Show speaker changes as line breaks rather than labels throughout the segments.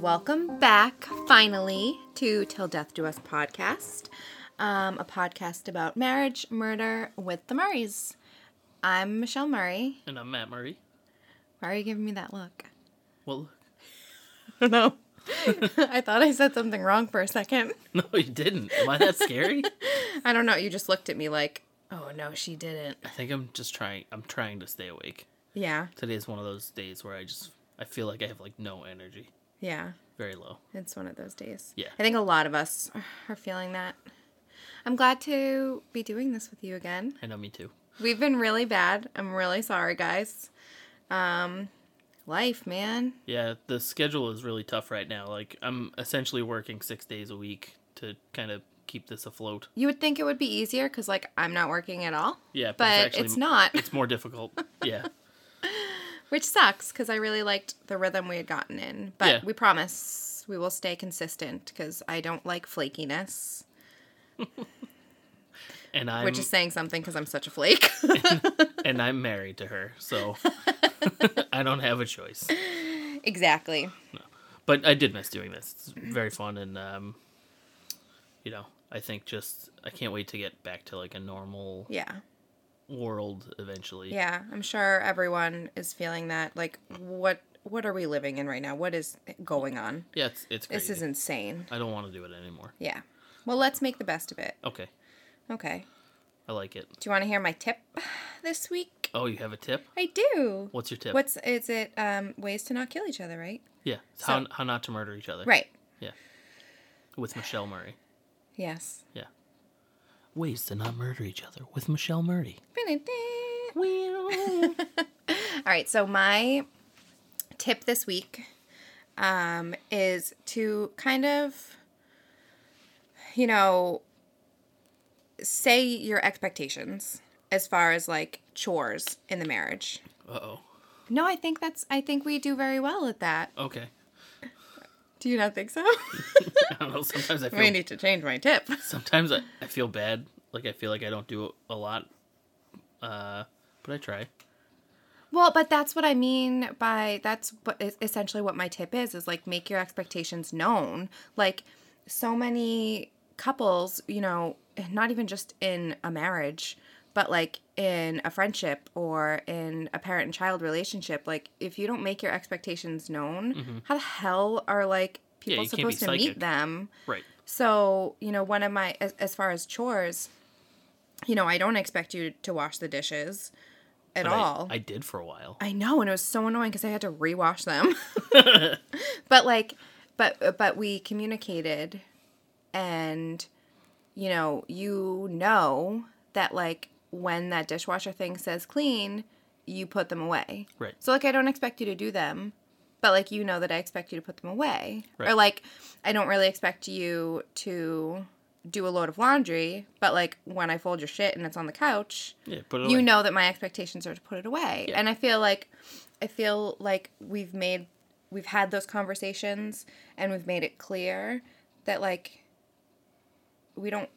Welcome back, finally, to Till Death Do Us podcast, um, a podcast about marriage, murder with the Murrays. I'm Michelle Murray.
And I'm Matt Murray.
Why are you giving me that look?
Well,
I don't know. I thought I said something wrong for a second.
no, you didn't. Am I that scary?
I don't know. You just looked at me like, oh no, she didn't.
I think I'm just trying. I'm trying to stay awake.
Yeah,
Today is one of those days where I just I feel like I have like no energy,
yeah.
very low.
It's one of those days.
Yeah.
I think a lot of us are feeling that. I'm glad to be doing this with you again.
I know me too.
We've been really bad. I'm really sorry, guys. Um, life, man.
Yeah, the schedule is really tough right now. Like I'm essentially working six days a week to kind of keep this afloat.
You would think it would be easier because, like, I'm not working at all.
Yeah, but,
But
it's, actually,
it's not,
It's more difficult. Yeah,
which sucks because I really liked the rhythm we had gotten in. But
Yeah.
we promise we will stay consistent because I don't like flakiness,
and I'm
which is saying something because I'm such a flake.
and I'm married to her, so I don't have a choice.
exactly.
but I did miss doing this. It's very fun, and um, you know, I think just I can't wait to get back to like a normal
Yeah.
world eventually.
Yeah, I'm sure everyone is feeling that. Like, what what are we living in right now? What is going on?
yeah, it's it's crazy.
This is insane.
I don't want to do it anymore.
Yeah. Well, let's make the best of it.
Okay,
Okay.
I like it.
Do you want to hear my tip this week?
Oh, you have a tip?
I do.
What's your tip?
What's is it? Um, ways to not kill each other, right?
yeah, it's how how not to murder each other.
Right.
Yeah, with Michelle Murray.
Yes.
Yeah, ways to not murder each other with Michelle Murray.
All
Wheel.
right. So my tip this week um, is to kind of, you know, say your expectations as far as like chores in the marriage.
uh oh.
No, I think that's. I think we do very well at that.
Okay.
Do you not think so?
I don't know. Sometimes I feel
we need to change my tip.
sometimes I, I feel bad. Like I feel like I don't do a lot, uh, but I try.
Well, but that's what I mean by that's what is essentially what my tip is is like make your expectations known. Like so many couples, you know, not even just in a marriage, but like in a friendship or in a parent and child relationship, like if you don't make your expectations known, how the hell are like
Mm-hmm. Yeah,
people
you can't be
supposed to meet
psychic.
them?
Right.
So, you know, one of my, as, as far as chores, you know, I don't expect you to wash the dishes at
But I-
all.
I, did for a while.
I know, and it was so annoying because I had to rewash them. but like, but but we communicated, and you know, you know that like when that dishwasher thing says clean, you put them away.
Right.
So like, I don't expect you to do them, but like you know that I expect you to put them away, or
Right.
like I don't really expect you to do a load of laundry, but like when I fold your shit and it's on the couch,
Yeah, put it
you
away.
know that my expectations are to put it away and i feel like i feel like we've made we've had those conversations and we've made it clear that like we don't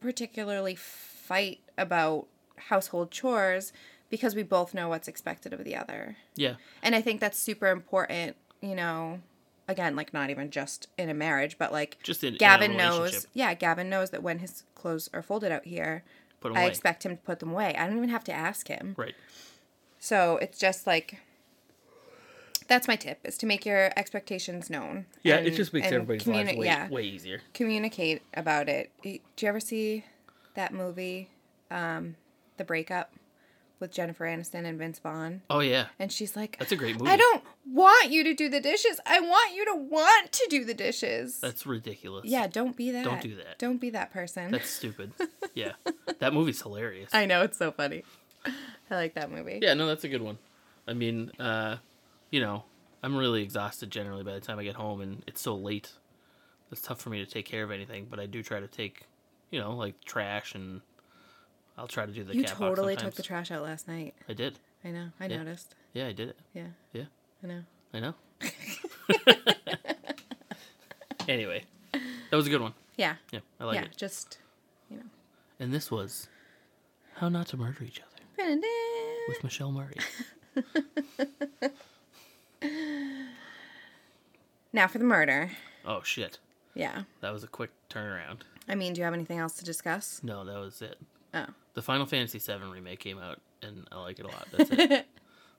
particularly fight about household chores because we both know what's expected of the other
Yeah.
and i think that's super important you know again like not even just in a marriage but like
Just in in a
gavin knows
relationship.
yeah gavin knows that when his clothes are folded out here
Put 'em
I
away.
expect him to put them away. I don't even have to ask him.
right.
So it's just like that's my tip is to make your expectations known.
Yeah,
and-
it just makes
and
everybody's lives
communi-
way,
yeah,
way easier.
communicate about it. Do you ever see that movie, um, The Breakup, with Jennifer Aniston and Vince Vaughn?
Oh yeah.
And she's like,
That's a great
I
movie.
don't want you to do the dishes. I want you to want to do the dishes.
That's ridiculous.
yeah, don't be that.
do that.
Don't be that person.
That's stupid. yeah. That movie's hilarious.
I know it's so funny. I like that movie.
Yeah, no, that's a good one. I mean, uh, you know, I'm really exhausted generally by the time I get home, and it's so late. It's tough for me to take care of anything, but I do try to take, you know, like trash, and I'll try to do the
You
cat box
totally took
sometimes.
the trash out last night.
I did.
I know. I
Yeah.
noticed.
Yeah, I did it.
Yeah,
Yeah,
I know.
I know. anyway, that was a good one.
Yeah.
Yeah, I like
yeah.
it.
Just, you know.
And this was How Not to Murder Each Other with Michelle Murray.
Now for the murder.
Oh shit,
Yeah.
that was a quick turnaround.
I mean, do you have anything else to discuss?
No, that was it.
Oh.
The Final Fantasy VII remake came out, and I like it a lot. That's it.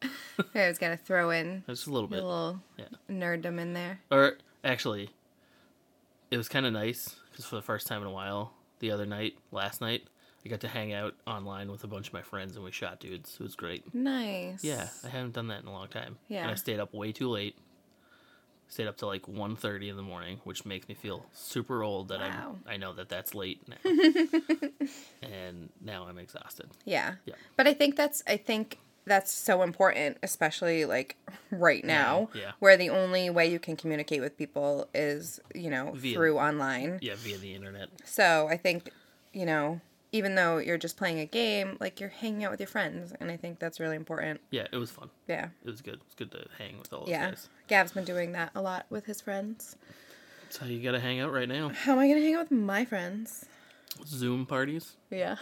I was going to throw in
Just a little
a
bit.
little
Yeah.
nerddom in there.
Or actually, it was kind of nice because for the first time in a while, the other night, last night, I got to hang out online with a bunch of my friends and we shot dudes. It was great.
Nice.
Yeah, I haven't done that in a long time. And
Yeah.
I stayed up way too late. Stayed up till like 1.30 in the morning, which makes me feel super old that
Wow.
I'm, I know that that's late now. and now I'm exhausted.
Yeah.
Yeah.
But I think that's I think that's so important, especially like right now,
yeah.
where the only way you can communicate with people is, you know,
Via-
through online.
Yeah, via the internet.
So I think, you know, even though you're just playing a game, like you're hanging out with your friends, and I think that's really important.
Yeah, it was fun.
Yeah.
It was good. It's good to hang with all those
Yeah.
guys.
Gav's been doing that a lot with his friends.
That's how you gotta hang out right now.
How am I gonna hang out with my friends?
Zoom parties.
Yeah.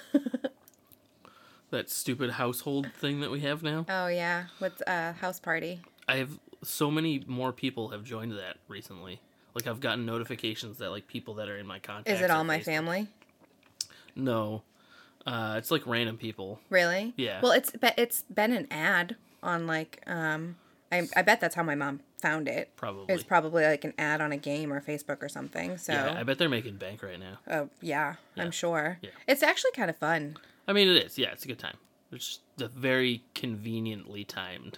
that stupid household thing that we have now.
oh yeah. What's uh house party?
I have so many more people have joined that recently. Like I've gotten notifications that like people that are in my contacts.
Is it all
at
my
Facebook-
family?
No, uh, it's like random people.
Really?
Yeah.
Well, it's be- it's been an ad on like um I I bet that's how my mom found it.
Probably.
It's probably like an ad on a game or Facebook or something. So
Yeah, I bet they're making bank right now.
uh, yeah, I'm sure.
Yeah.
It's actually kind of fun.
I mean, it is. Yeah, it's a good time. It's just the very conveniently timed.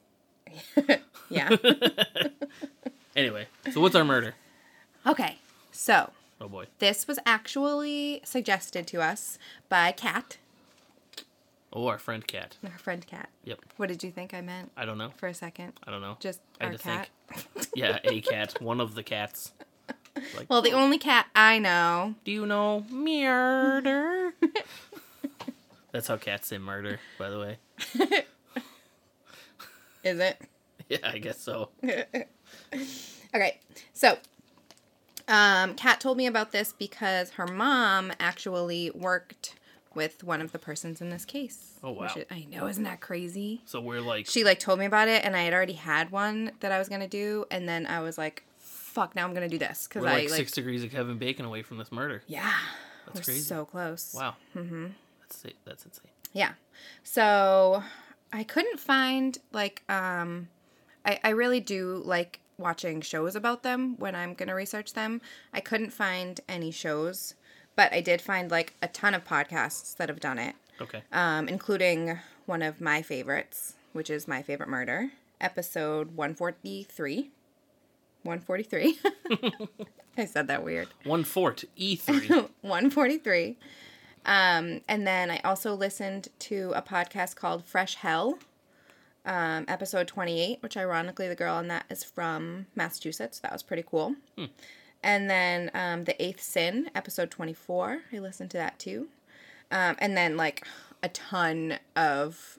Yeah.
Anyway, so what's our murder?
okay. So,
Oh boy.
this was actually suggested to us by Kat,
Oh, our friend cat.
our friend Kat.
Yep.
What did you think I meant
I don't know.
for a second?
I don't know.
Just
I had
our
to think.
cat.
Yeah, a cat. One of the cats. Like,
Well, the only cat I know.
Do you know murder? That's how cats say murder, by the way.
Is it?
Yeah, I guess so.
Okay, so um, Kat told me about this because her mom actually worked with one of the persons in this case.
Oh, wow.
Which is- I know, isn't that crazy?
So we're like,
She like told me about it, and I had already had one that I was gonna do, and then I was like, "Fuck, now I'm gonna do this" because
we're
I
like
like,
six degrees of Kevin Bacon away from this murder.
yeah,
That's
we're
crazy.
so close.
Wow. Mm-hmm. That's it. That's insane.
Yeah. So I couldn't find like um I, I really do like watching shows about them when I'm gonna research them. I couldn't find any shows, but I did find like a ton of podcasts that have done it.
Okay.
Um, including one of my favorites, which is my favorite murder, episode one forty three. One forty three. I said that weird.
One fort E three.
Um, 143. Um, and then I also listened to a podcast called Fresh Hell, um, episode 28, which ironically the girl on that is from Massachusetts. That was pretty cool. And then um, The Eighth Sin, episode 24. I listened to that too. Um, and then like a ton of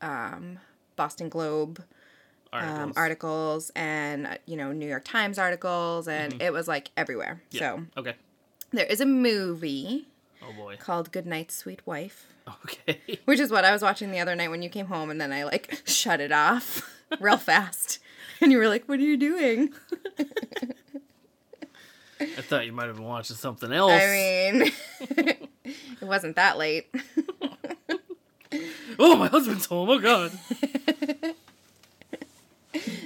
um, Boston Globe um, articles and, uh, you know, New York Times articles. And it was like everywhere. So
Okay.
there is a movie
Oh boy.
called Goodnight Sweet Wife,
Okay.
which is what I was watching the other night when you came home and then I like shut it off real fast. And you were like, "What are you doing?"
I thought you might have been watching something else.
I mean, it wasn't that late.
oh, my husband's home. Oh god.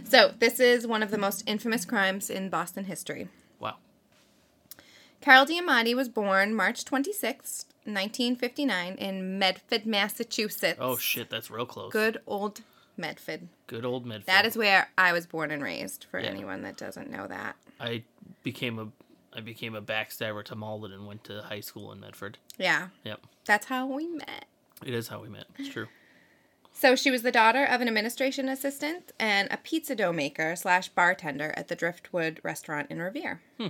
So, this is one of the most infamous crimes in Boston history.
Wow.
Carol Diamatti was born March 26th, 1959 in Medford, Massachusetts.
Oh shit. That's real close. Good,
Good old Medford.
old Medford.
That is where I was born and raised for
Yeah.
anyone that doesn't know that.
I became a. I became a backstabber to Malden and went to high school in Medford.
Yeah.
Yep.
That's how we met.
It is how we met. It's true.
So she was the daughter of an administration assistant and a pizza dough maker slash bartender at the Driftwood restaurant in Revere.
Hmm.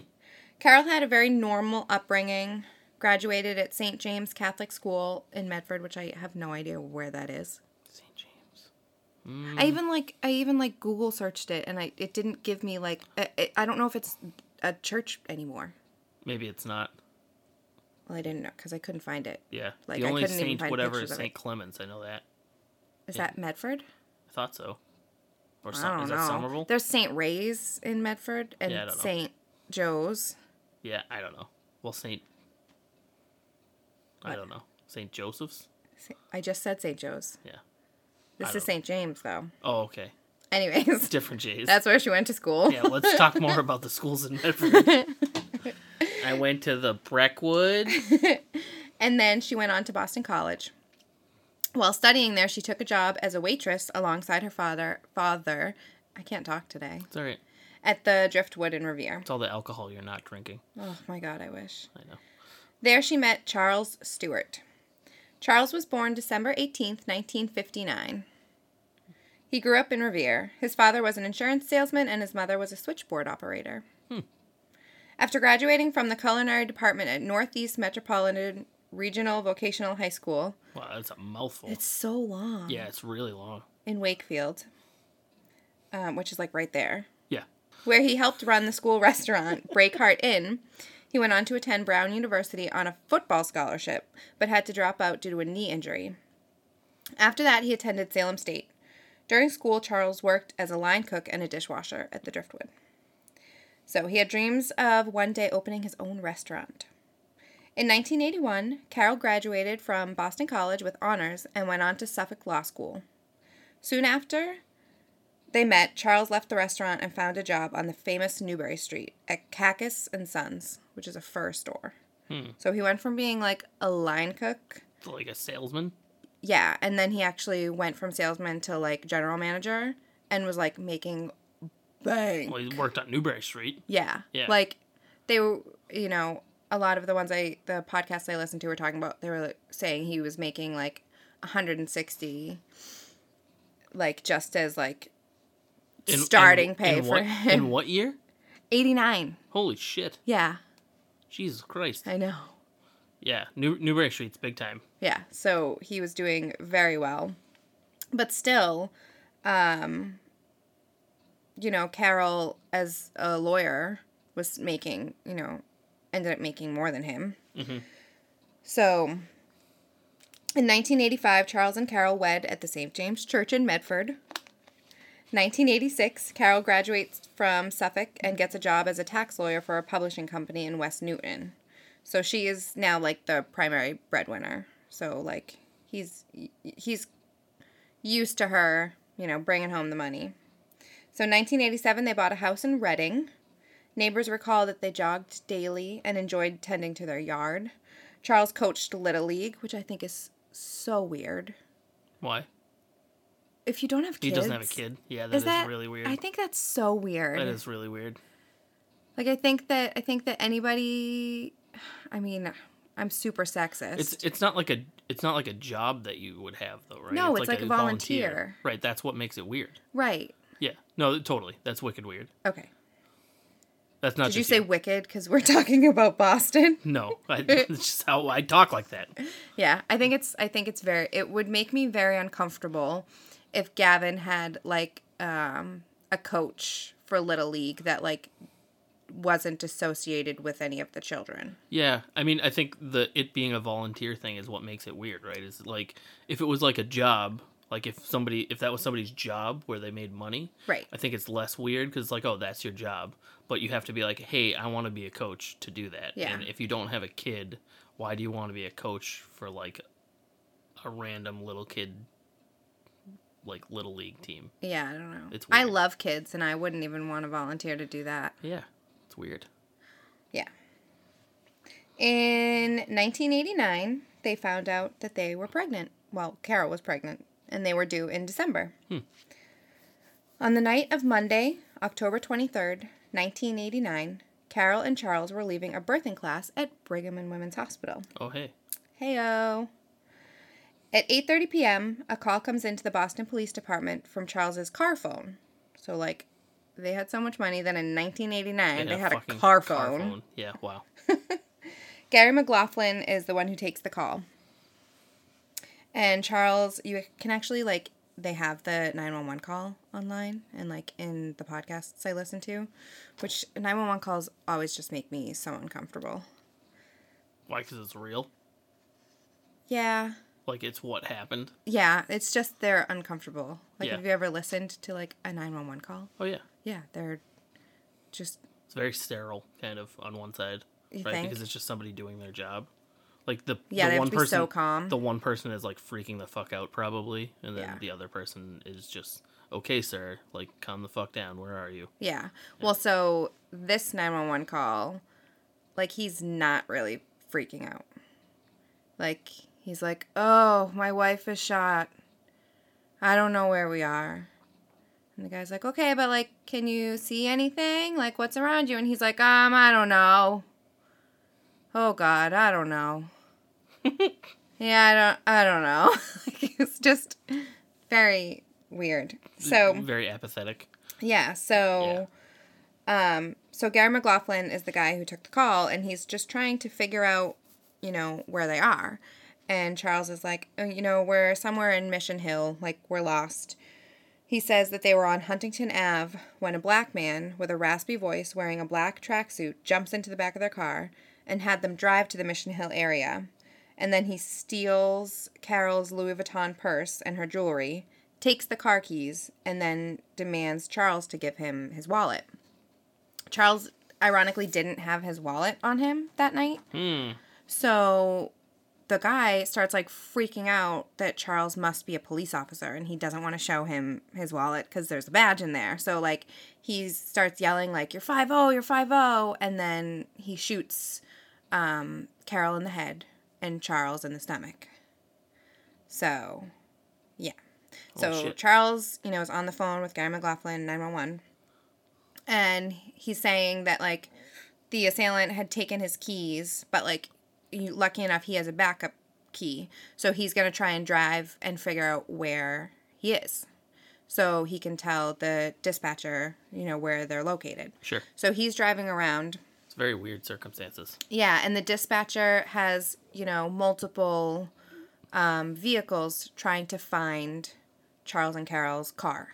Carol had a very normal upbringing, graduated at St. James Catholic School in Medford, which I have no idea where that is.
St. James. Hmm.
I even like I even like Google searched it and I it didn't give me like I, I- I don't know if it's a church anymore.
Maybe it's not.
Well, I didn't know because I couldn't find it.
Yeah.
Like,
the
I
only
couldn't even
Saint
find
whatever
pictures
is
of it.
Saint Clements. I know that.
Is that Medford?
I thought so. Or
I
some,
don't
is
know.
that Somerville?
There's St. Ray's in Medford and
Yeah, I don't know.
St. Joe's.
Yeah, I don't know. Well, Saint. I don't know. Saint Joseph's.
Sa- I just said St. Joe's.
Yeah.
This
I
is St. James, though.
Oh, okay.
Anyways,
Different J's.
that's where she went to school.
yeah. Let's talk more about the schools in Medford. I went to the Breckwood.
And then she went on to Boston College. While studying there, she took a job as a waitress alongside her father. Father, I can't talk today.
It's all right.
At the Driftwood in Revere.
It's all the alcohol you're not drinking.
Oh my God, I wish.
I know.
There she met Charles Stewart. Charles was born December 18th, 1959. He grew up in Revere. His father was an insurance salesman and his mother was a switchboard operator. After graduating from the culinary department at Northeast Metropolitan Regional Vocational High School,
Wow, that's a mouthful.
it's so long.
yeah, it's really long.
In Wakefield, um, which is like right there,
Yeah.
where he helped run the school restaurant, Breakheart Inn. He went on to attend Brown University on a football scholarship, but had to drop out due to a knee injury. After that, he attended Salem State. During school, Charles worked as a line cook and a dishwasher at the Driftwood. So he had dreams of one day opening his own restaurant. In 1981, Carroll graduated from Boston College with honors and went on to Suffolk Law School. Soon after they met, Charles left the restaurant and found a job on the famous Newbury Street at Cacus and Sons, which is a fur store.
Hmm.
So he went from being like a line cook
It's like a salesman.
yeah, and then he actually went from salesman to like general manager and was like making bang.
Well, he worked on Newberry Street.
yeah.
Yeah.
Like they were, you know, a lot of the ones I the podcasts I listened to were talking about they were like, saying he was making like 160 like just as like starting pay
in
for
what,
him.
In what year?
89.
Holy shit!
Yeah.
Jesus Christ!
I know.
Yeah, New- Newberry Street's big time.
Yeah, so he was doing very well. But still, um, you know, Carol, as a lawyer, was making, you know, ended up making more than him.
Mhm.
So in 1985, Charles and Carol wed at the St. James Church in Medford. 1986, Carol graduates from Suffolk and gets a job as a tax lawyer for a publishing company in West Newton. So she is now like the primary breadwinner. So like he's he's used to her, you know, bringing home the money. So in 1987 they bought a house in Reading. Neighbors recall that they jogged daily and enjoyed tending to their yard. Charles coached little league, which I think is so weird.
Why?
If you don't have kids,
He doesn't have a kid. Yeah, that is, really weird.
I think that's so weird.
that is really weird.
Like I think that I think that anybody I mean, I'm super sexist.
It's it's not like a it's not like a job that you would have though, right?
No, it's like a volunteer.
Right, that's what makes it weird.
right.
Yeah. No, totally. That's wicked weird.
Okay.
That's not
Did you
just
say wicked? Because we're talking about Boston.
No, I, it's just how I talk like that.
Yeah, I think it's. I think it's very. It would make me very uncomfortable if Gavin had like um, a coach for little league that like wasn't associated with any of the children.
Yeah, I mean, I think the it being a volunteer thing is what makes it weird, right? Is like if it was like a job, like if somebody if that was somebody's job where they made money,
Right.
I think it's less weird because like oh that's your job, but you have to be like hey I want to be a coach to do that.
Yeah.
And if you don't have a kid, why do you want to be a coach for like a random little kid, like little league team?
Yeah, I don't know.
It's
I
weird.
love kids, and I wouldn't even want to volunteer to do that.
Yeah, it's weird.
Yeah. In 1989, they found out that they were pregnant. Well, Carol was pregnant, and they were due in December. On the night of Monday, October 23rd, 1989, Carol and Charles were leaving a birthing class at Brigham and Women's Hospital.
Oh hey,
Heyo. At 8:30 p.m., a call comes into the Boston Police Department from Charles's car phone. So like they had so much money that in 1989 they had a
fucking
car phone.
Yeah, wow.
Gary McLaughlin is the one who takes the call. And Charles, you can actually like they have the 911 call online and like in the podcasts I listen to, which 911 calls always just make me so uncomfortable.
Why? Because it's real.
Yeah.
Like it's what happened.
Yeah, it's just they're uncomfortable. Like,
Yeah.
have you ever listened to like a 911 call?
Oh yeah.
Yeah, they're just
It's very sterile kind of on one side.
You
right?
think?
Because it's just somebody doing their job. Like the
Yeah,
the
they have
one
to be so
person
calm.
the one person is like freaking the fuck out probably and then
Yeah.
the other person is just okay sir like calm the fuck down where are you
yeah. Well, so this 911 call, like he's not really freaking out. Like he's like, "Oh, my wife is shot. I don't know where we are." And the guy's like, "Okay, but like can you see anything? Like what's around you?" And he's like, "Um, I don't know." Oh god, I don't know. yeah, I don't I don't know. like, it's just very weird. So
very apathetic
Yeah. So, um, so Gary McLaughlin is the guy who took the call, and he's just trying to figure out, you know, where they are. And Charles is like, "Oh, you know, we're somewhere in Mission Hill, like we're lost. He says that they were on Huntington Ave when a black man with a raspy voice wearing a black tracksuit jumps into the back of their car and had them drive to the Mission Hill area. And then he steals Carol's Louis Vuitton purse and her jewelry, takes the car keys, and then demands Charles to give him his wallet. Charles ironically didn't have his wallet on him that night. So the guy starts like freaking out that Charles must be a police officer and he doesn't want to show him his wallet cuz there's a badge in there. So like he starts yelling like you're 50, you're 50 and then he shoots um Carol in the head and Charles in the stomach. So yeah. So
Oh, shit.
Charles, you know, is on the phone with Gary McLaughlin 911 and he's saying that like the assailant had taken his keys, but like you, lucky enough he has a backup key, so he's gonna try and drive and figure out where he is, so he can tell the dispatcher you know where they're located.
sure
So he's driving around.
it's very weird circumstances
Yeah, and the dispatcher has you know multiple um, vehicles trying to find Charles and Carol's car.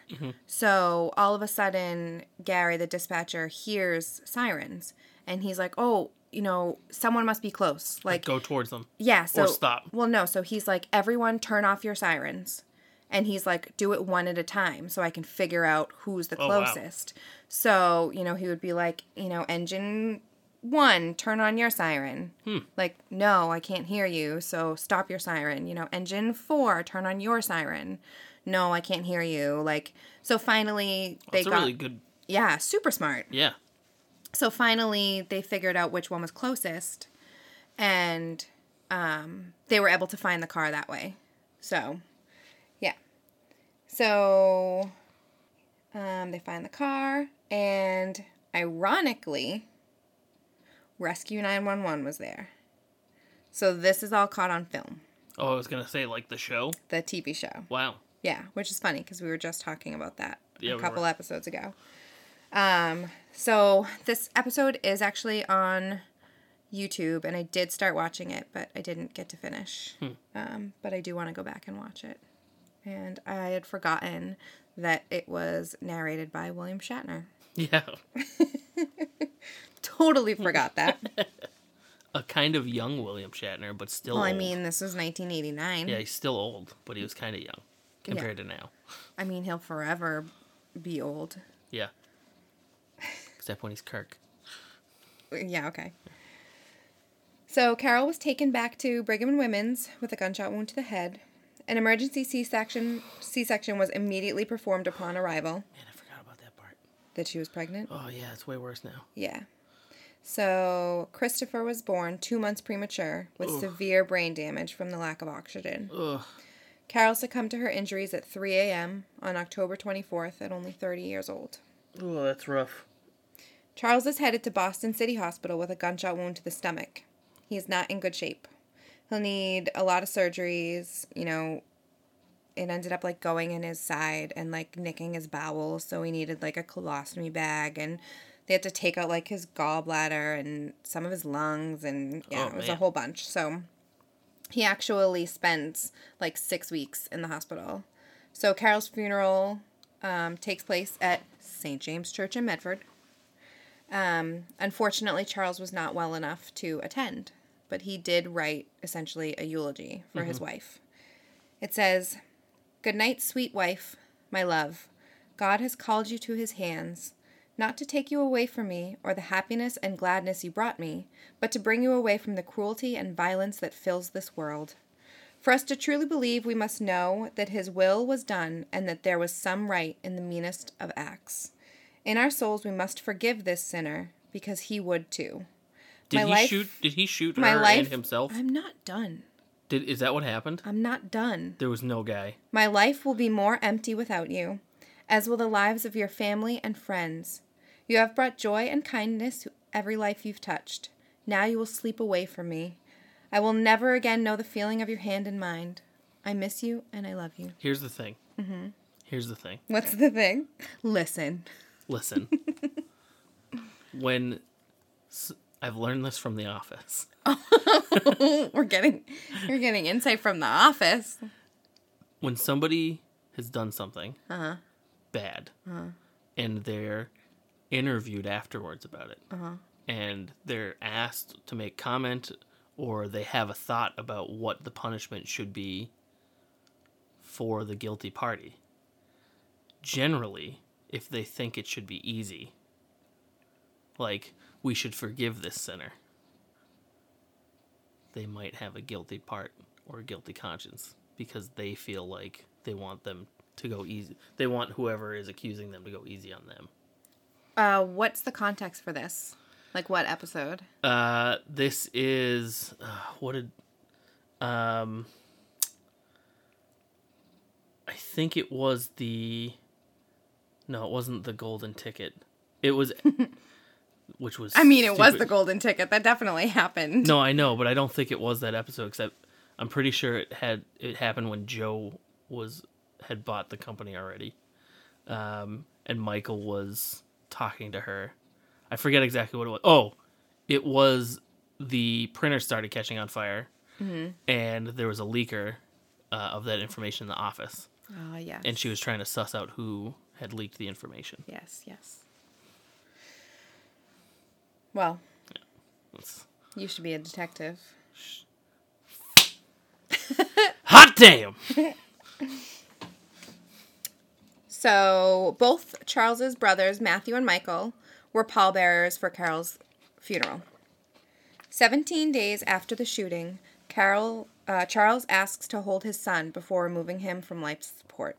So all of a sudden, Gary, the dispatcher, hears sirens, and he's like, "Oh, you know, someone must be close." Like,
go towards them
yeah, so
or stop.
Well, no, so he's like, "Everyone, turn off your sirens," and he's like, "Do it one at a time, so I can figure out who's the
Oh, wow.
closest." So you know, he would be like, you know, engine. One, turn on your siren.
Hmm.
Like, no, I can't hear you, so stop your siren. You know, engine four, turn on your siren. No, I can't hear you. Like, so finally they
it's a
got
really good
yeah, super smart.
yeah
So finally, they figured out which one was closest, and um, they were able to find the car that way. So, yeah. So um, they find the car, and ironically, Rescue 911 was there. So this is all caught on film,
oh i was gonna say like the show
the TV show.
wow
Yeah, which is funny because we were just talking about that
Yeah,
a
we
couple
were.
episodes ago. Um, so this episode is actually on YouTube, and I did start watching it, but I didn't get to finish.
Hmm.
Um, but I do want to go back and watch it. And I had forgotten that it was narrated by William Shatner.
yeah
Totally forgot that.
a kind of young william shatner but still
well, I
old.
mean, this was 1989.
Oh. yeah he's still old but he was kind of young compared to now
I mean, he'll forever be old.
yeah except when he's kirk
Yeah, okay. So Carol was taken back to Brigham and Women's with a gunshot wound to the head. An emergency C-section C-section was immediately performed upon arrival.
man i forgot about that part
That she was pregnant.
oh yeah it's way worse now
Yeah. So Christopher was born two months premature with severe brain damage from the lack of oxygen.
Ugh.
Carol succumbed to her injuries at 3 a.m. on October 24th at only 30 years old.
oh that's rough
Charles is headed to Boston City Hospital with a gunshot wound to the stomach. He is not in good shape. He'll need a lot of surgeries. You know, it ended up like going in his side and like nicking his bowels, so he needed like a colostomy bag, and they had to take out like his gallbladder and some of his lungs, and yeah,
Oh,
it was a
man.
whole bunch. So he actually spends like six weeks in the hospital. So Carol's funeral um, takes place at St. James Church in Medford. Um, unfortunately, Charles was not well enough to attend, but he did write essentially a eulogy for his wife. It says, Good night, sweet wife, my love. God has called you to his hands, not to take you away from me or the happiness and gladness you brought me, but to bring you away from the cruelty and violence that fills this world. For us to truly believe, we must know that his will was done and that there was some right in the meanest of acts. In our souls, we must forgive this sinner because he would too.
Did
My
he
life-
shoot? Did he shoot
my
her and
life-
himself?
I'm not done.
Did is that what happened?
I'm not done.
There was no guy.
My life will be more empty without you, as will the lives of your family and friends. You have brought joy and kindness to every life you've touched. Now you will sleep away from me. I will never again know the feeling of your hand in mine. I miss you and I love you.
Here's the thing. Mm-hmm. Here's the thing.
What's the thing? Listen.
Listen. when s- I've learned this from The Office,
We're getting you're getting insight from the office.
when somebody has done something bad, and they're interviewed afterwards about it, and they're asked to make comment or they have a thought about what the punishment should be for the guilty party. Generally, if they think it should be easy, like we should forgive this sinner, they might have a guilty part or a guilty conscience because they feel like they want them to go easy. They want whoever is accusing them to go easy on them.
Uh what's the context for this? Like what episode?
Uh, this is uh, what did um I think it was the no, it wasn't the golden ticket. It was which was
I mean, it was
stupid.
the golden ticket. That definitely happened.
No, I know, but I don't think it was that episode except I'm pretty sure it had it happened when Joe was had bought the company already. Um and Michael was talking to her. I forget exactly what it was. Oh, it was the printer started catching on fire and there was a leaker uh, of that information in the office
Oh, yes.
and she was trying to suss out who had leaked the information.
Yes, yes. Well,
It's-
you should be a detective.
hot damn.
So, both Charles's brothers, Matthew and Michael, were pallbearers for Carol's funeral. 17 days after the shooting, Carol, uh, Charles asks to hold his son before removing him from life support.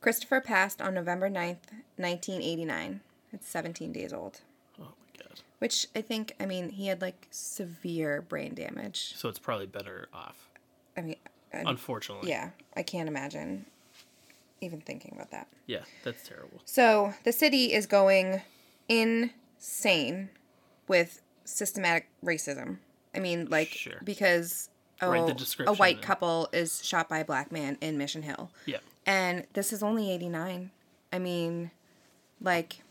Christopher passed on November 9th, 1989. It's 17 days old.
Oh my god.
Which I think, I mean, he had like severe brain damage.
So it's probably better off.
I mean, and-
Unfortunately.
Yeah, I can't imagine even thinking about that.
Yeah, that's terrible.
So the city is going insane with systematic racism. I mean, like,
Sure.
because oh,
Read the
a
description
white
and-
couple is shot by a black man in Mission Hill.
Yeah.
And this is only 89. I mean, like,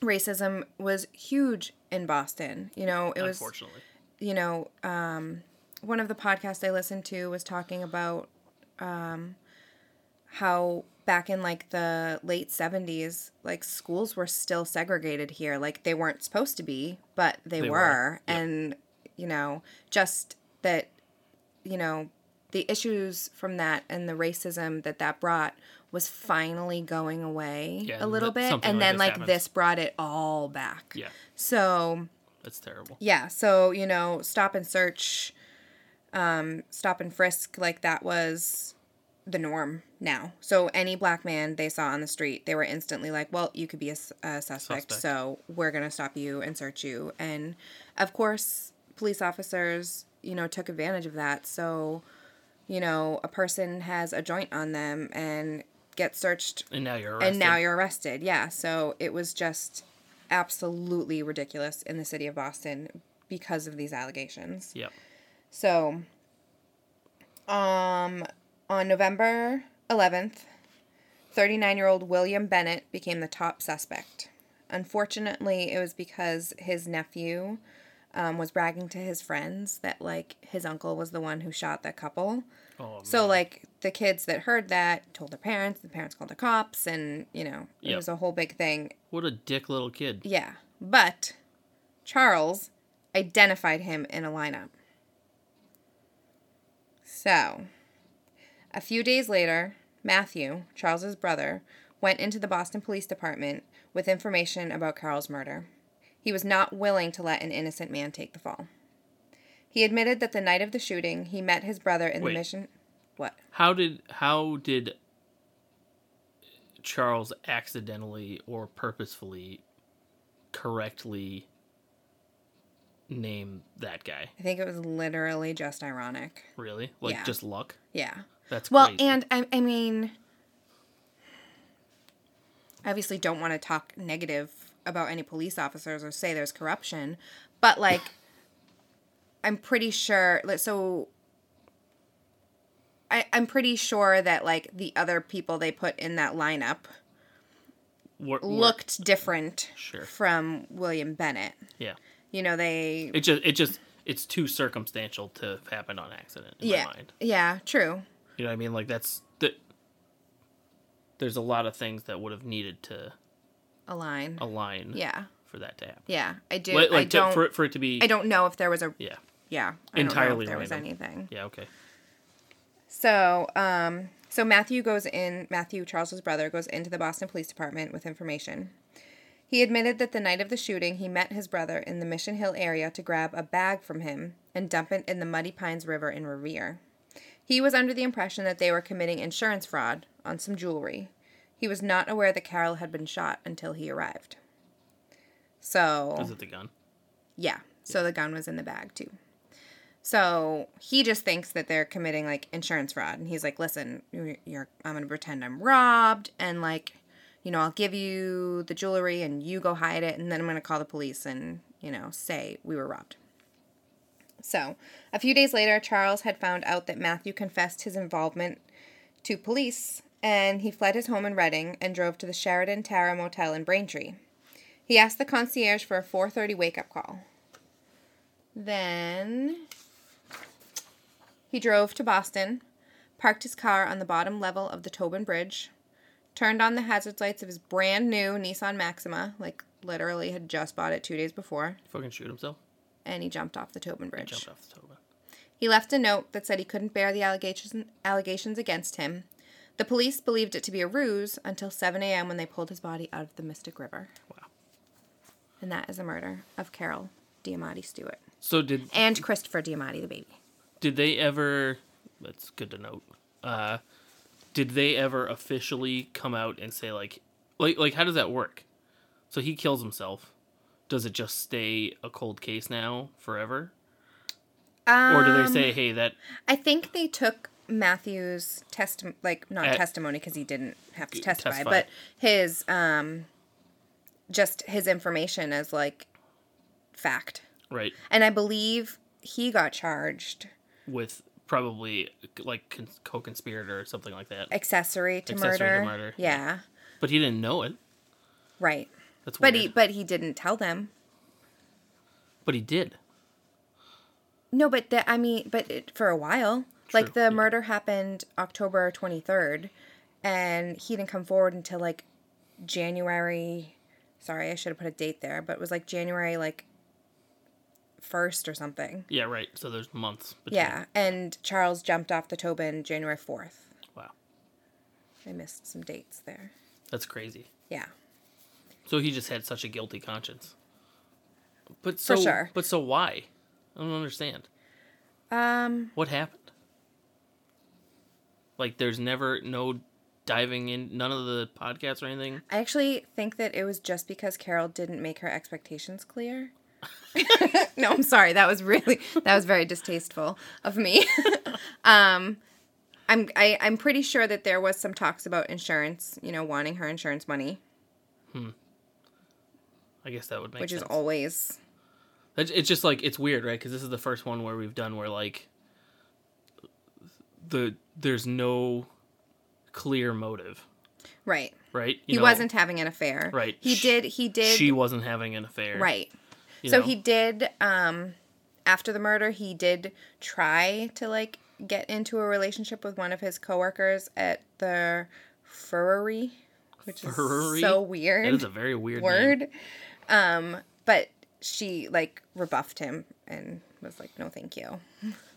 racism was huge in Boston. You know, it was
Unfortunately.
you know, um, one of the podcasts I listened to was talking about um, how back in like the late 70s, like schools were still segregated here. Like they weren't supposed to be, but they,
They
were.
were, yeah.
And, you know, just that, you know, the issues from that and the racism that that brought was finally going away
Yeah,
a
and
little
that-
bit.
something
And
like
then
this
like
happens.
this brought it all back.
Yeah,
So,
that's terrible.
yeah, so you know, stop and search, um, stop and frisk, like that was the norm now. So any black man they saw on the street, they were instantly like, "Well, you could be a, s- a suspect,
Suspect.
so we're gonna stop you and search you." And of course, police officers, you know, took advantage of that. So, you know, a person has a joint on them and gets searched
And now you're arrested.
and now you're arrested. Yeah. So it was just absolutely ridiculous in the city of Boston because of these allegations.
Yep.
So, um, on November 11th, 39 year old William Bennett became the top suspect. Unfortunately, it was because his nephew um, was bragging to his friends that, like, his uncle was the one who shot that couple.
Oh,
So like the kids that heard that told their parents, the parents called the cops and you know, it
Yep.
was a whole big thing.
what a dick little kid.
Yeah. But Charles identified him in a lineup. So A few days later, Matthew, Charles's brother, went into the Boston Police Department with information about Carol's murder. He was not willing to let an innocent man take the fall. He admitted that the night of the shooting, he met his brother in
Wait.
the mission. What?
How did how did Charles accidentally or purposefully correctly name that guy?
I think it was literally just ironic.
Really? Like
Yeah.
just luck?
Yeah.
That's
Well,
crazy.
and I, I mean, I obviously don't want to talk negative about any police officers or say there's corruption, but like, I'm pretty sure. like, So, I, I'm pretty sure that like the other people they put in that lineup
Wor- wor-
looked different
Sure.
from William Bennett.
yeah.
You know, they
It just it just it's too circumstantial to have happened on accident in
yeah
my mind.
yeah true
You know what I mean? Like that's the there's a lot of things that would have needed to
align.
align
Yeah,
for that to happen.
yeah, I do.
Like,
I
like to-
don't.
for it for it to be
I don't know if there was a
yeah.
yeah I
Entirely
don't know if there
random.
was anything
Yeah, okay.
so um so matthew goes in matthew charles's brother goes into the boston police department with information he admitted that the night of the shooting he met his brother in the mission hill area to grab a bag from him and dump it in the muddy pines river in revere he was under the impression that they were committing insurance fraud on some jewelry he was not aware that carol had been shot until he arrived so
Is it the gun?
yeah. So the gun was in the bag too. So he just thinks that they're committing like insurance fraud, and he's like, "Listen, you're, you're I'm gonna pretend I'm robbed, and like, you know, I'll give you the jewelry, and you go hide it, and then I'm gonna call the police, and you know, say we were robbed." So a few days later, Charles had found out that Matthew confessed his involvement to police, and he fled his home in Reading and drove to the Sheridan Tower Motel in Braintree. He asked the concierge for a 4:30 wake-up call. Then he drove to Boston, parked his car on the bottom level of the Tobin Bridge, turned on the hazard lights of his brand new Nissan Maxima, like literally had just bought it 2 days before,
Fucking shoot himself?
and he jumped off the Tobin Bridge.
Jumped off the toba.
He left a note that said he couldn't bear the allegations, allegations against him. The police believed it to be a ruse until 7 a.m. when they pulled his body out of the Mystic River.
Wow.
And that is the murder of Carol Diamati Stewart
So did
and Christopher Diamati, the baby.
did they ever that's good to note. Uh did they ever officially come out and say like like like how does that work? So he kills himself. Does it just stay a cold case now forever?
Um,
Or do they say, "Hey, that
I think they took Matthew's test, like not
At-
testimony because he didn't have to testify,
testify.
but his um, just his information as like fact.
right
And I believe he got charged
with probably like con- co-conspirator or something like that,"
accessory to
Accessory
murder.
to murder,
Yeah,
but he didn't know it.
right.
That's weird.
But he but he didn't tell them.
but he did.
No, but the, I mean, but it, for a while, like the
True, yeah.
murder happened October twenty third, and he didn't come forward until like January. Sorry, I should have put a date there, but it was like January like first or something.
Yeah, right. So there's months. Between.
Yeah, and Charles jumped off the Tobin January fourth.
Wow,
I missed some dates there.
that's crazy.
Yeah,
So he just had such a guilty conscience. But so,
sure.
but so why? I don't understand. Um, what happened? Like, there's never no diving in none of the podcasts or anything.
I actually think that it was just because Carol didn't make her expectations clear. no, I'm sorry. That was really that was very distasteful of me. um, I'm I, I'm pretty sure that there was some talks about insurance. You know, wanting her insurance money,
I guess that would make
which
sense.
is always
It's it's just like it's weird, right? Because this is the first one where we've done where like the there's no clear motive,
right.
right? You
He
know,
wasn't having an affair.
Right.
He
Sh-
did. He did.
She wasn't having an affair,
right.
you
So
know?
he did. Um, after the murder, he did try to like get into a relationship with one of his coworkers at the furrery, which is
Furrery?
so
That
weird
is a very weird word.
word. Um, but she like rebuffed him and was like, "No, thank you."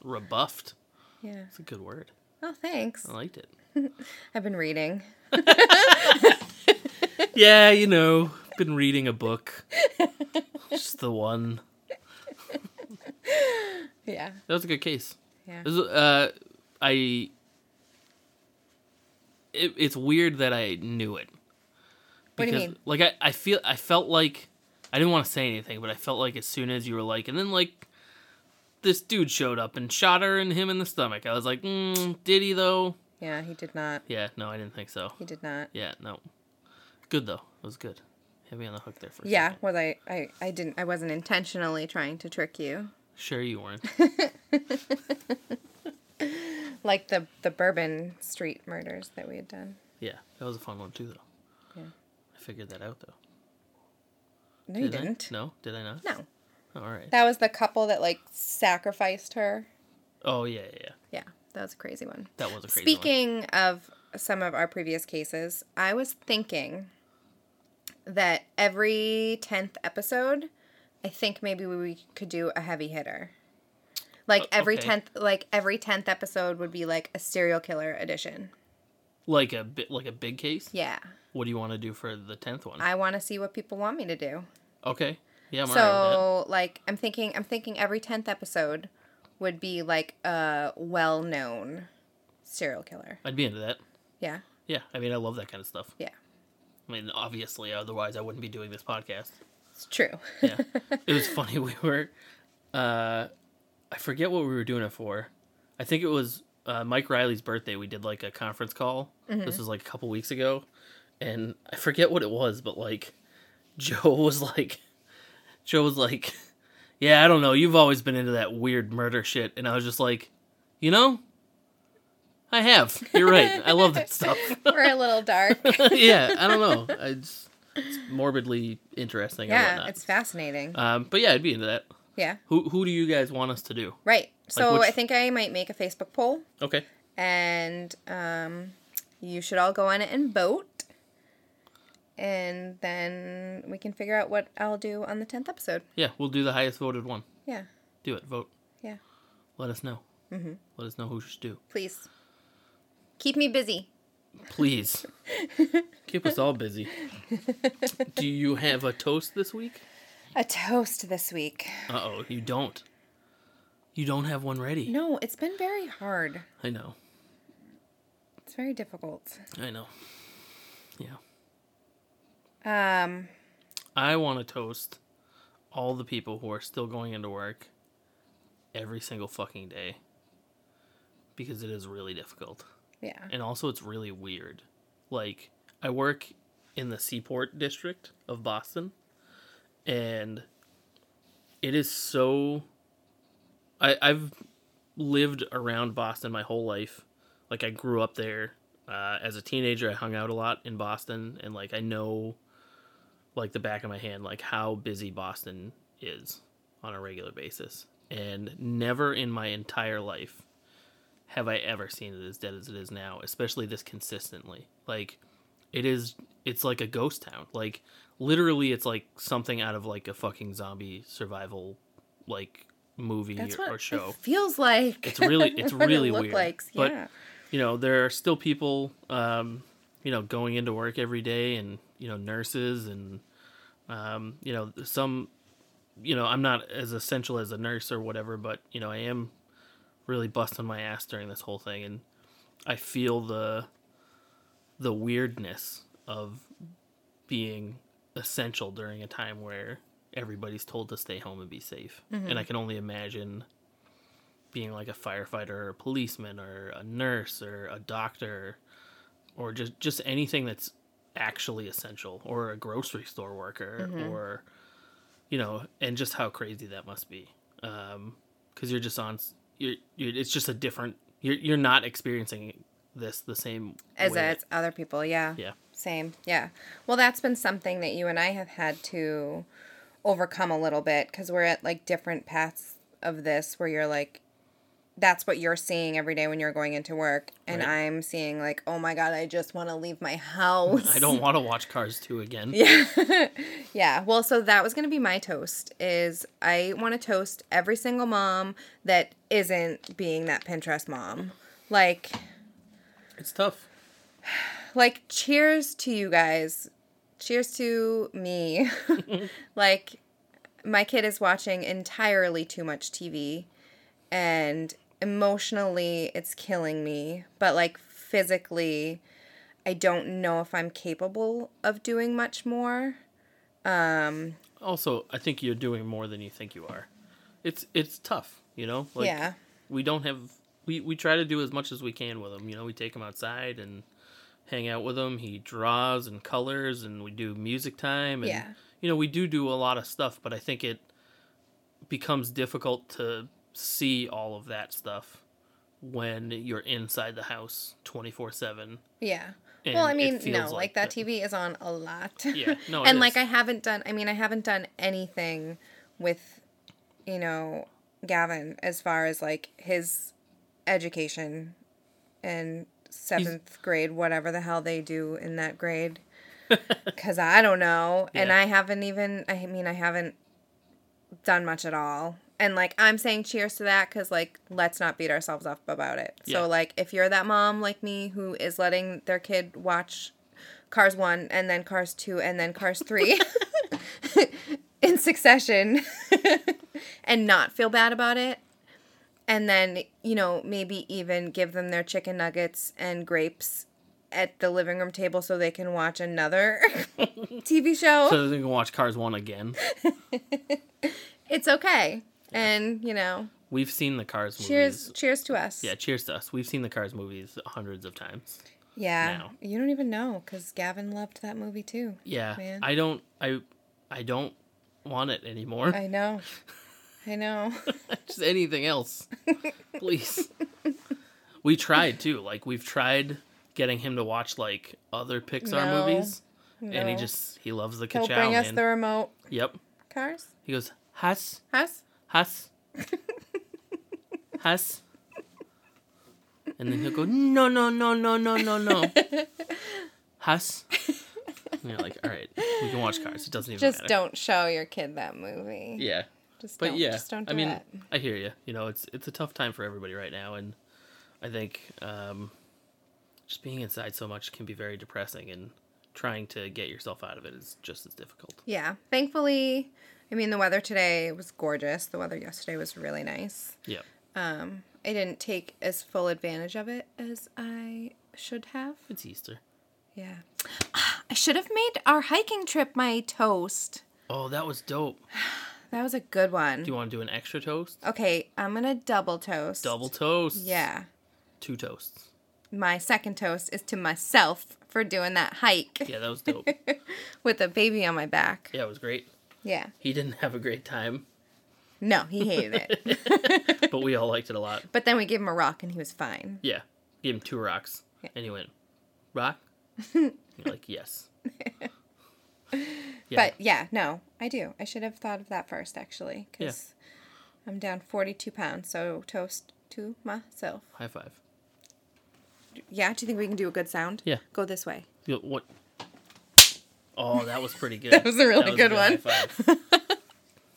Rebuffed.
Yeah,
That's a good word.
Oh, thanks.
I liked it.
I've been reading.
Yeah, you know, been reading a book. Just the one.
Yeah.
That was a good case.
Yeah.
It was, uh, I. It, it's weird that I knew it.
What do you mean?
Like I, I feel I felt like I didn't want to say anything, but I felt like as soon as you were like, and then like this dude showed up and shot her and him in the stomach. I was like, mm, did he though?
Yeah, he did not.
Yeah, no, I didn't think so.
He did not.
Yeah, no. Good though. It was good. Hit me on the hook there for a
Yeah,
second.
was I, I I didn't I wasn't intentionally trying to trick you.
Sure you weren't.
Like the the Bourbon Street murders that we had done.
Yeah, that was a fun one too though.
Yeah.
I figured that out though.
No, you
Did I?
didn't.
No, did I not?
No.
Oh, all right.
That was the couple that like sacrificed her.
Oh yeah, yeah, yeah.
Yeah, that was a crazy one.
That was a crazy one.
Speaking of some of our previous cases, I was thinking that every 10th episode, I think maybe we could do a heavy hitter. Like every
okay.
10th like every 10th episode would be like a serial killer edition.
Like a bit, like a big case.
Yeah.
What do you want to do for the tenth one?
I want to see what people want me to do.
Okay. Yeah, I'm alright with that.
so like I'm thinking I'm thinking every 10th episode would be like a well-known serial killer.
I'd be into that.
Yeah.
Yeah, I mean, I love that kind of stuff.
Yeah.
I mean, obviously, otherwise I wouldn't be doing this podcast.
It's true.
Yeah, it was funny. We were, uh, I forget what we were doing it for. I think it was uh, Mike Riley's birthday. We did like a conference call.
Mm-hmm.
This was like a couple weeks ago, and I forget what it was, but like, Joe was like, Joe was like, yeah, I don't know. You've always been into that weird murder shit, and I was just like, you know. I have. You're right. I love that stuff.
We're a little dark.
yeah, I don't know. I just, it's morbidly interesting. and
Yeah,
whatnot.
it's fascinating.
Um, but yeah, I'd be into that.
yeah,
Who who do you guys want us to do?
right. So
which-
I think I might make a Facebook poll,
Okay.
and um, you should all go on it and vote, and then we can figure out what I'll do on the tenth episode.
Yeah, we'll do the highest voted one.
Yeah,
Do it. Vote.
yeah.
Let us know. Mm-hmm. Let us know who should do.
Please keep me busy.
Please. Keep us all busy. do you have a toast this week?
A toast this week.
Uh oh, you don't. You don't have one ready.
No, it's been very hard.
I know.
It's very difficult.
I know. Yeah.
Um,
I want to toast all the people who are still going into work every single fucking day because it is really difficult.
yeah.
and also it's really weird. Like I work in the Seaport district of Boston, and it is so. I I've lived around Boston my whole life. Like I grew up there. Uh, as a teenager, I hung out a lot in Boston, and like I know, like the back of my hand, like how busy Boston is on a regular basis. And never in my entire life have I ever seen it as dead as it is now, especially this consistently. Like it is it's like a ghost town. Like literally it's like something out of like a fucking zombie survival like movie
That's
or,
what
show.
it feels like.
It's really- it's
What it
really
looked
weird,
like,
but-
yeah.
you know there are still people um you know going into work every day and you know nurses and um you know some you know i'm not as essential as a nurse or whatever but you know i am really busting my ass during this whole thing and i feel the the weirdness of being essential during a time where everybody's told to stay home and be safe and i can only imagine being like a firefighter or a policeman or a nurse or a doctor or just just anything that's actually essential or a grocery store worker or you know and just how crazy that must be Um because you're just on s- you're, you're it's just a different you're, you're not experiencing this the same
as
way
as other people yeah
Yeah.
same yeah well that's been something that you and i have had to overcome a little bit because we're at like different paths of this where you're like that's what you're seeing every day when you're going into work and
Right.
i'm seeing like oh my god i just want to leave my house
I don't want to watch Cars 2 again.
yeah yeah well so that was gonna be my toast is i want to toast every single mom that isn't being that pinterest mom like
It's tough.
like cheers to you guys cheers to me like my kid is watching entirely too much tv and emotionally it's killing me but like physically i don't know if i'm capable of doing much more um
Also, I think you're doing more than you think you are. It's it's tough, you know.
yeah
we don't have we we try to do as much as we can with him you know we take him outside and hang out with him he draws and colors and we do music time and
Yeah.
you know we do do a lot of stuff but i think it becomes difficult to see all of that stuff when you're inside the house 24/7
yeah
and
well i
it
mean
feels
no like,
like
that
that.
tv is on a lot
Yeah, no, it
and like
is.
i haven't done i mean i haven't done anything with you know gavin as far as like his education and seventh grade whatever the hell they do in that grade because i don't know and
Yeah.
i haven't even i mean i haven't done much at all and like i'm saying cheers to that because like let's not beat ourselves up about it
Yeah.
so like if you're that mom like me who is letting their kid watch cars one and then cars two and then cars three in succession and not feel bad about it and then you know maybe even give them their chicken nuggets and grapes at the living room table so they can watch another tv show
so they can watch cars 1 again
it's okay and you know
we've seen the cars
cheers
movies
cheers to us
yeah cheers to us we've seen the cars movies hundreds of times
yeah
now.
you don't even know because gavin loved that movie too
Yeah,
man.
I don't. I I don't want it anymore.
i know i know
Just anything else, please. we tried too. Like we've tried getting him to watch like other Pixar
No.
movies, and he
No.
just he loves the
he'll
Kachow
bring us
man.
the remote
Yep.
cars
He goes Huss
us
Huss Huss, and then he'll go no no no no no no no Huss. And you're like, all right, we can watch Cars. It doesn't even
just
matter.
don't show your kid that movie
Yeah.
just
but
don't,
yeah,
just don't do
I mean,
it.
I hear you. You know, it's it's a tough time for everybody right now, and I think um, just being inside so much can be very depressing, and trying to get yourself out of it is just as difficult.
Yeah. Thankfully, I mean, the weather today was gorgeous. The weather yesterday was really nice.
Yeah,
Um, I didn't take as full advantage of it as I should have.
it's Easter.
Yeah. I should have made our hiking trip my toast.
Oh, that was dope.
That was a good one.
Do you want to do an extra toast?
okay, I'm going to double toast.
Double toast.
Yeah.
Two toasts.
My second toast is to myself for doing that hike
Yeah, that was dope.
with a baby on my back.
yeah, it was great.
Yeah.
He didn't have a great time,
No, he hated it.
but we all liked it a lot.
but then we gave him a rock and he was fine.
Yeah, gave him two rocks,
Yeah.
and he went, rock. You're like yes. Yeah.
But yeah, no, I do. I should have thought of that first, actually, because I'm down 42 pounds. So toast to myself.
High five.
Yeah, do you think we can do a good sound?
Yeah.
Go this way.
You know, what? Oh, that was pretty good.
That was a really good one.
one.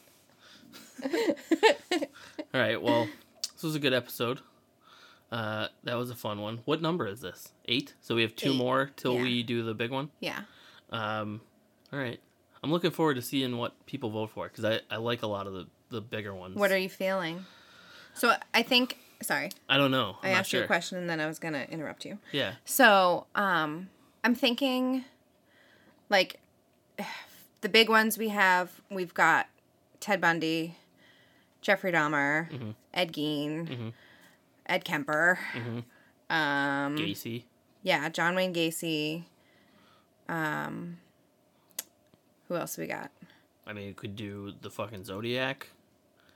All right. Well, this was a good episode. Uh, that was a fun one. What number is this? Eight. So we have two
Eight,
more till
yeah.
we do the big one.
Yeah.
Um, all right. I'm looking forward to seeing what people vote for because I, I like a lot of the, the bigger ones.
What are you feeling? So I think, sorry,
I don't know. I'm
i
not
asked you
sure.
a question and then I was going to interrupt you.
Yeah.
So um, I'm thinking like the big ones we have, we've got Ted Bundy, Jeffrey Dahmer,
Mm-hmm.
Ed Gein, Ed Kemper. Um,
Gacy.
Yeah, John Wayne Gacy. Um, who else we got?
I mean, you could do the fucking Zodiac.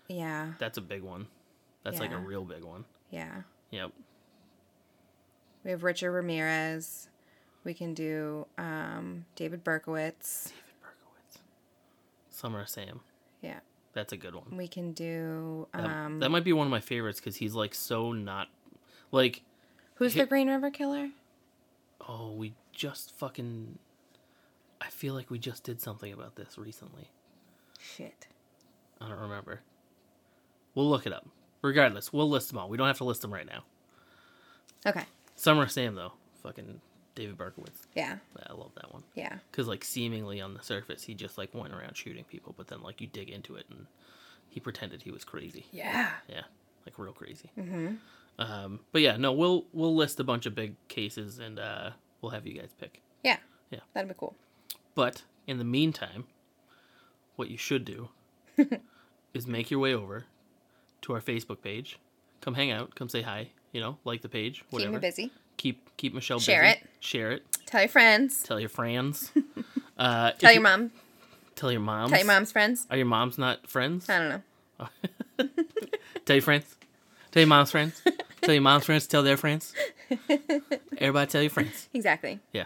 Yeah,
That's a big one. That's like a
Yeah.
real big one.
yeah.
Yep.
We have Richard Ramirez. We can do um, David Berkowitz.
David Berkowitz. Summer of Sam.
Yeah,
That's a good one.
we can do.
That,
Um,
that might be one of my favorites because he's like so not like
who's
hi-
the Green River Killer?
oh we just fucking. I feel like we just did something about this recently.
Shit.
I don't remember. We'll look it up. Regardless, we'll list them all. We don't have to list them right now.
Okay.
Summer Sam though, fucking David Berkowitz.
Yeah.
I love that one
Yeah.
because like seemingly on the surface he just like went around shooting people, but then like you dig into it and he pretended he was crazy.
Yeah.
Yeah, like real crazy. Mm-hmm. Um, but yeah, no, we'll we'll list a bunch of big cases and uh, we'll have you guys pick.
Yeah.
Yeah.
That'd be cool.
But in the meantime, what you should do is make your way over to our Facebook page. Come hang out. Come say hi. You know, like the page. Whatever.
Keep me busy.
Keep keep Michelle
Share
busy.
it.
Share it.
Tell your friends.
Tell your friends. uh, if
Tell your
you-
mom.
Tell your mom.
Tell your mom's friends.
Are your moms not friends?
I don't know.
Tell your friends. Tell your mom's friends. tell your mom's friends. Tell their friends. Everybody tell your friends.
Exactly.
Yeah.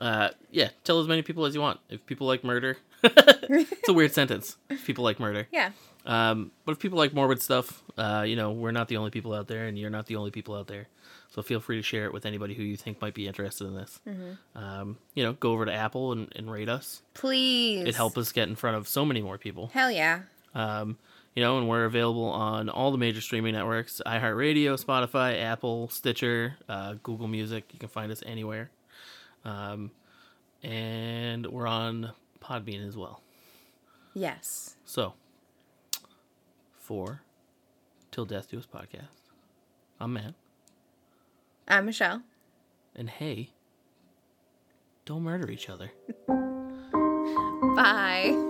Uh, yeah, tell as many people as you want. If people like murder, it's a weird sentence. If people like murder.
Yeah.
Um, but if people like morbid stuff, uh, you know, we're not the only people out there, and you're not the only people out there. So feel free to share it with anybody who you think might be interested in this. Um, you know, go over to Apple and, and rate us.
Please.
It helps us get in front of so many more people.
Hell yeah.
Um, you know, and we're available on all the major streaming networks iHeartRadio, Spotify, Apple, Stitcher, uh, Google Music. You can find us anywhere. Um, and we're on Podbean as well.
Yes.
So, for Till Death Do Us podcast, I'm Matt.
I'm Michelle.
And hey, don't murder each other.
Bye.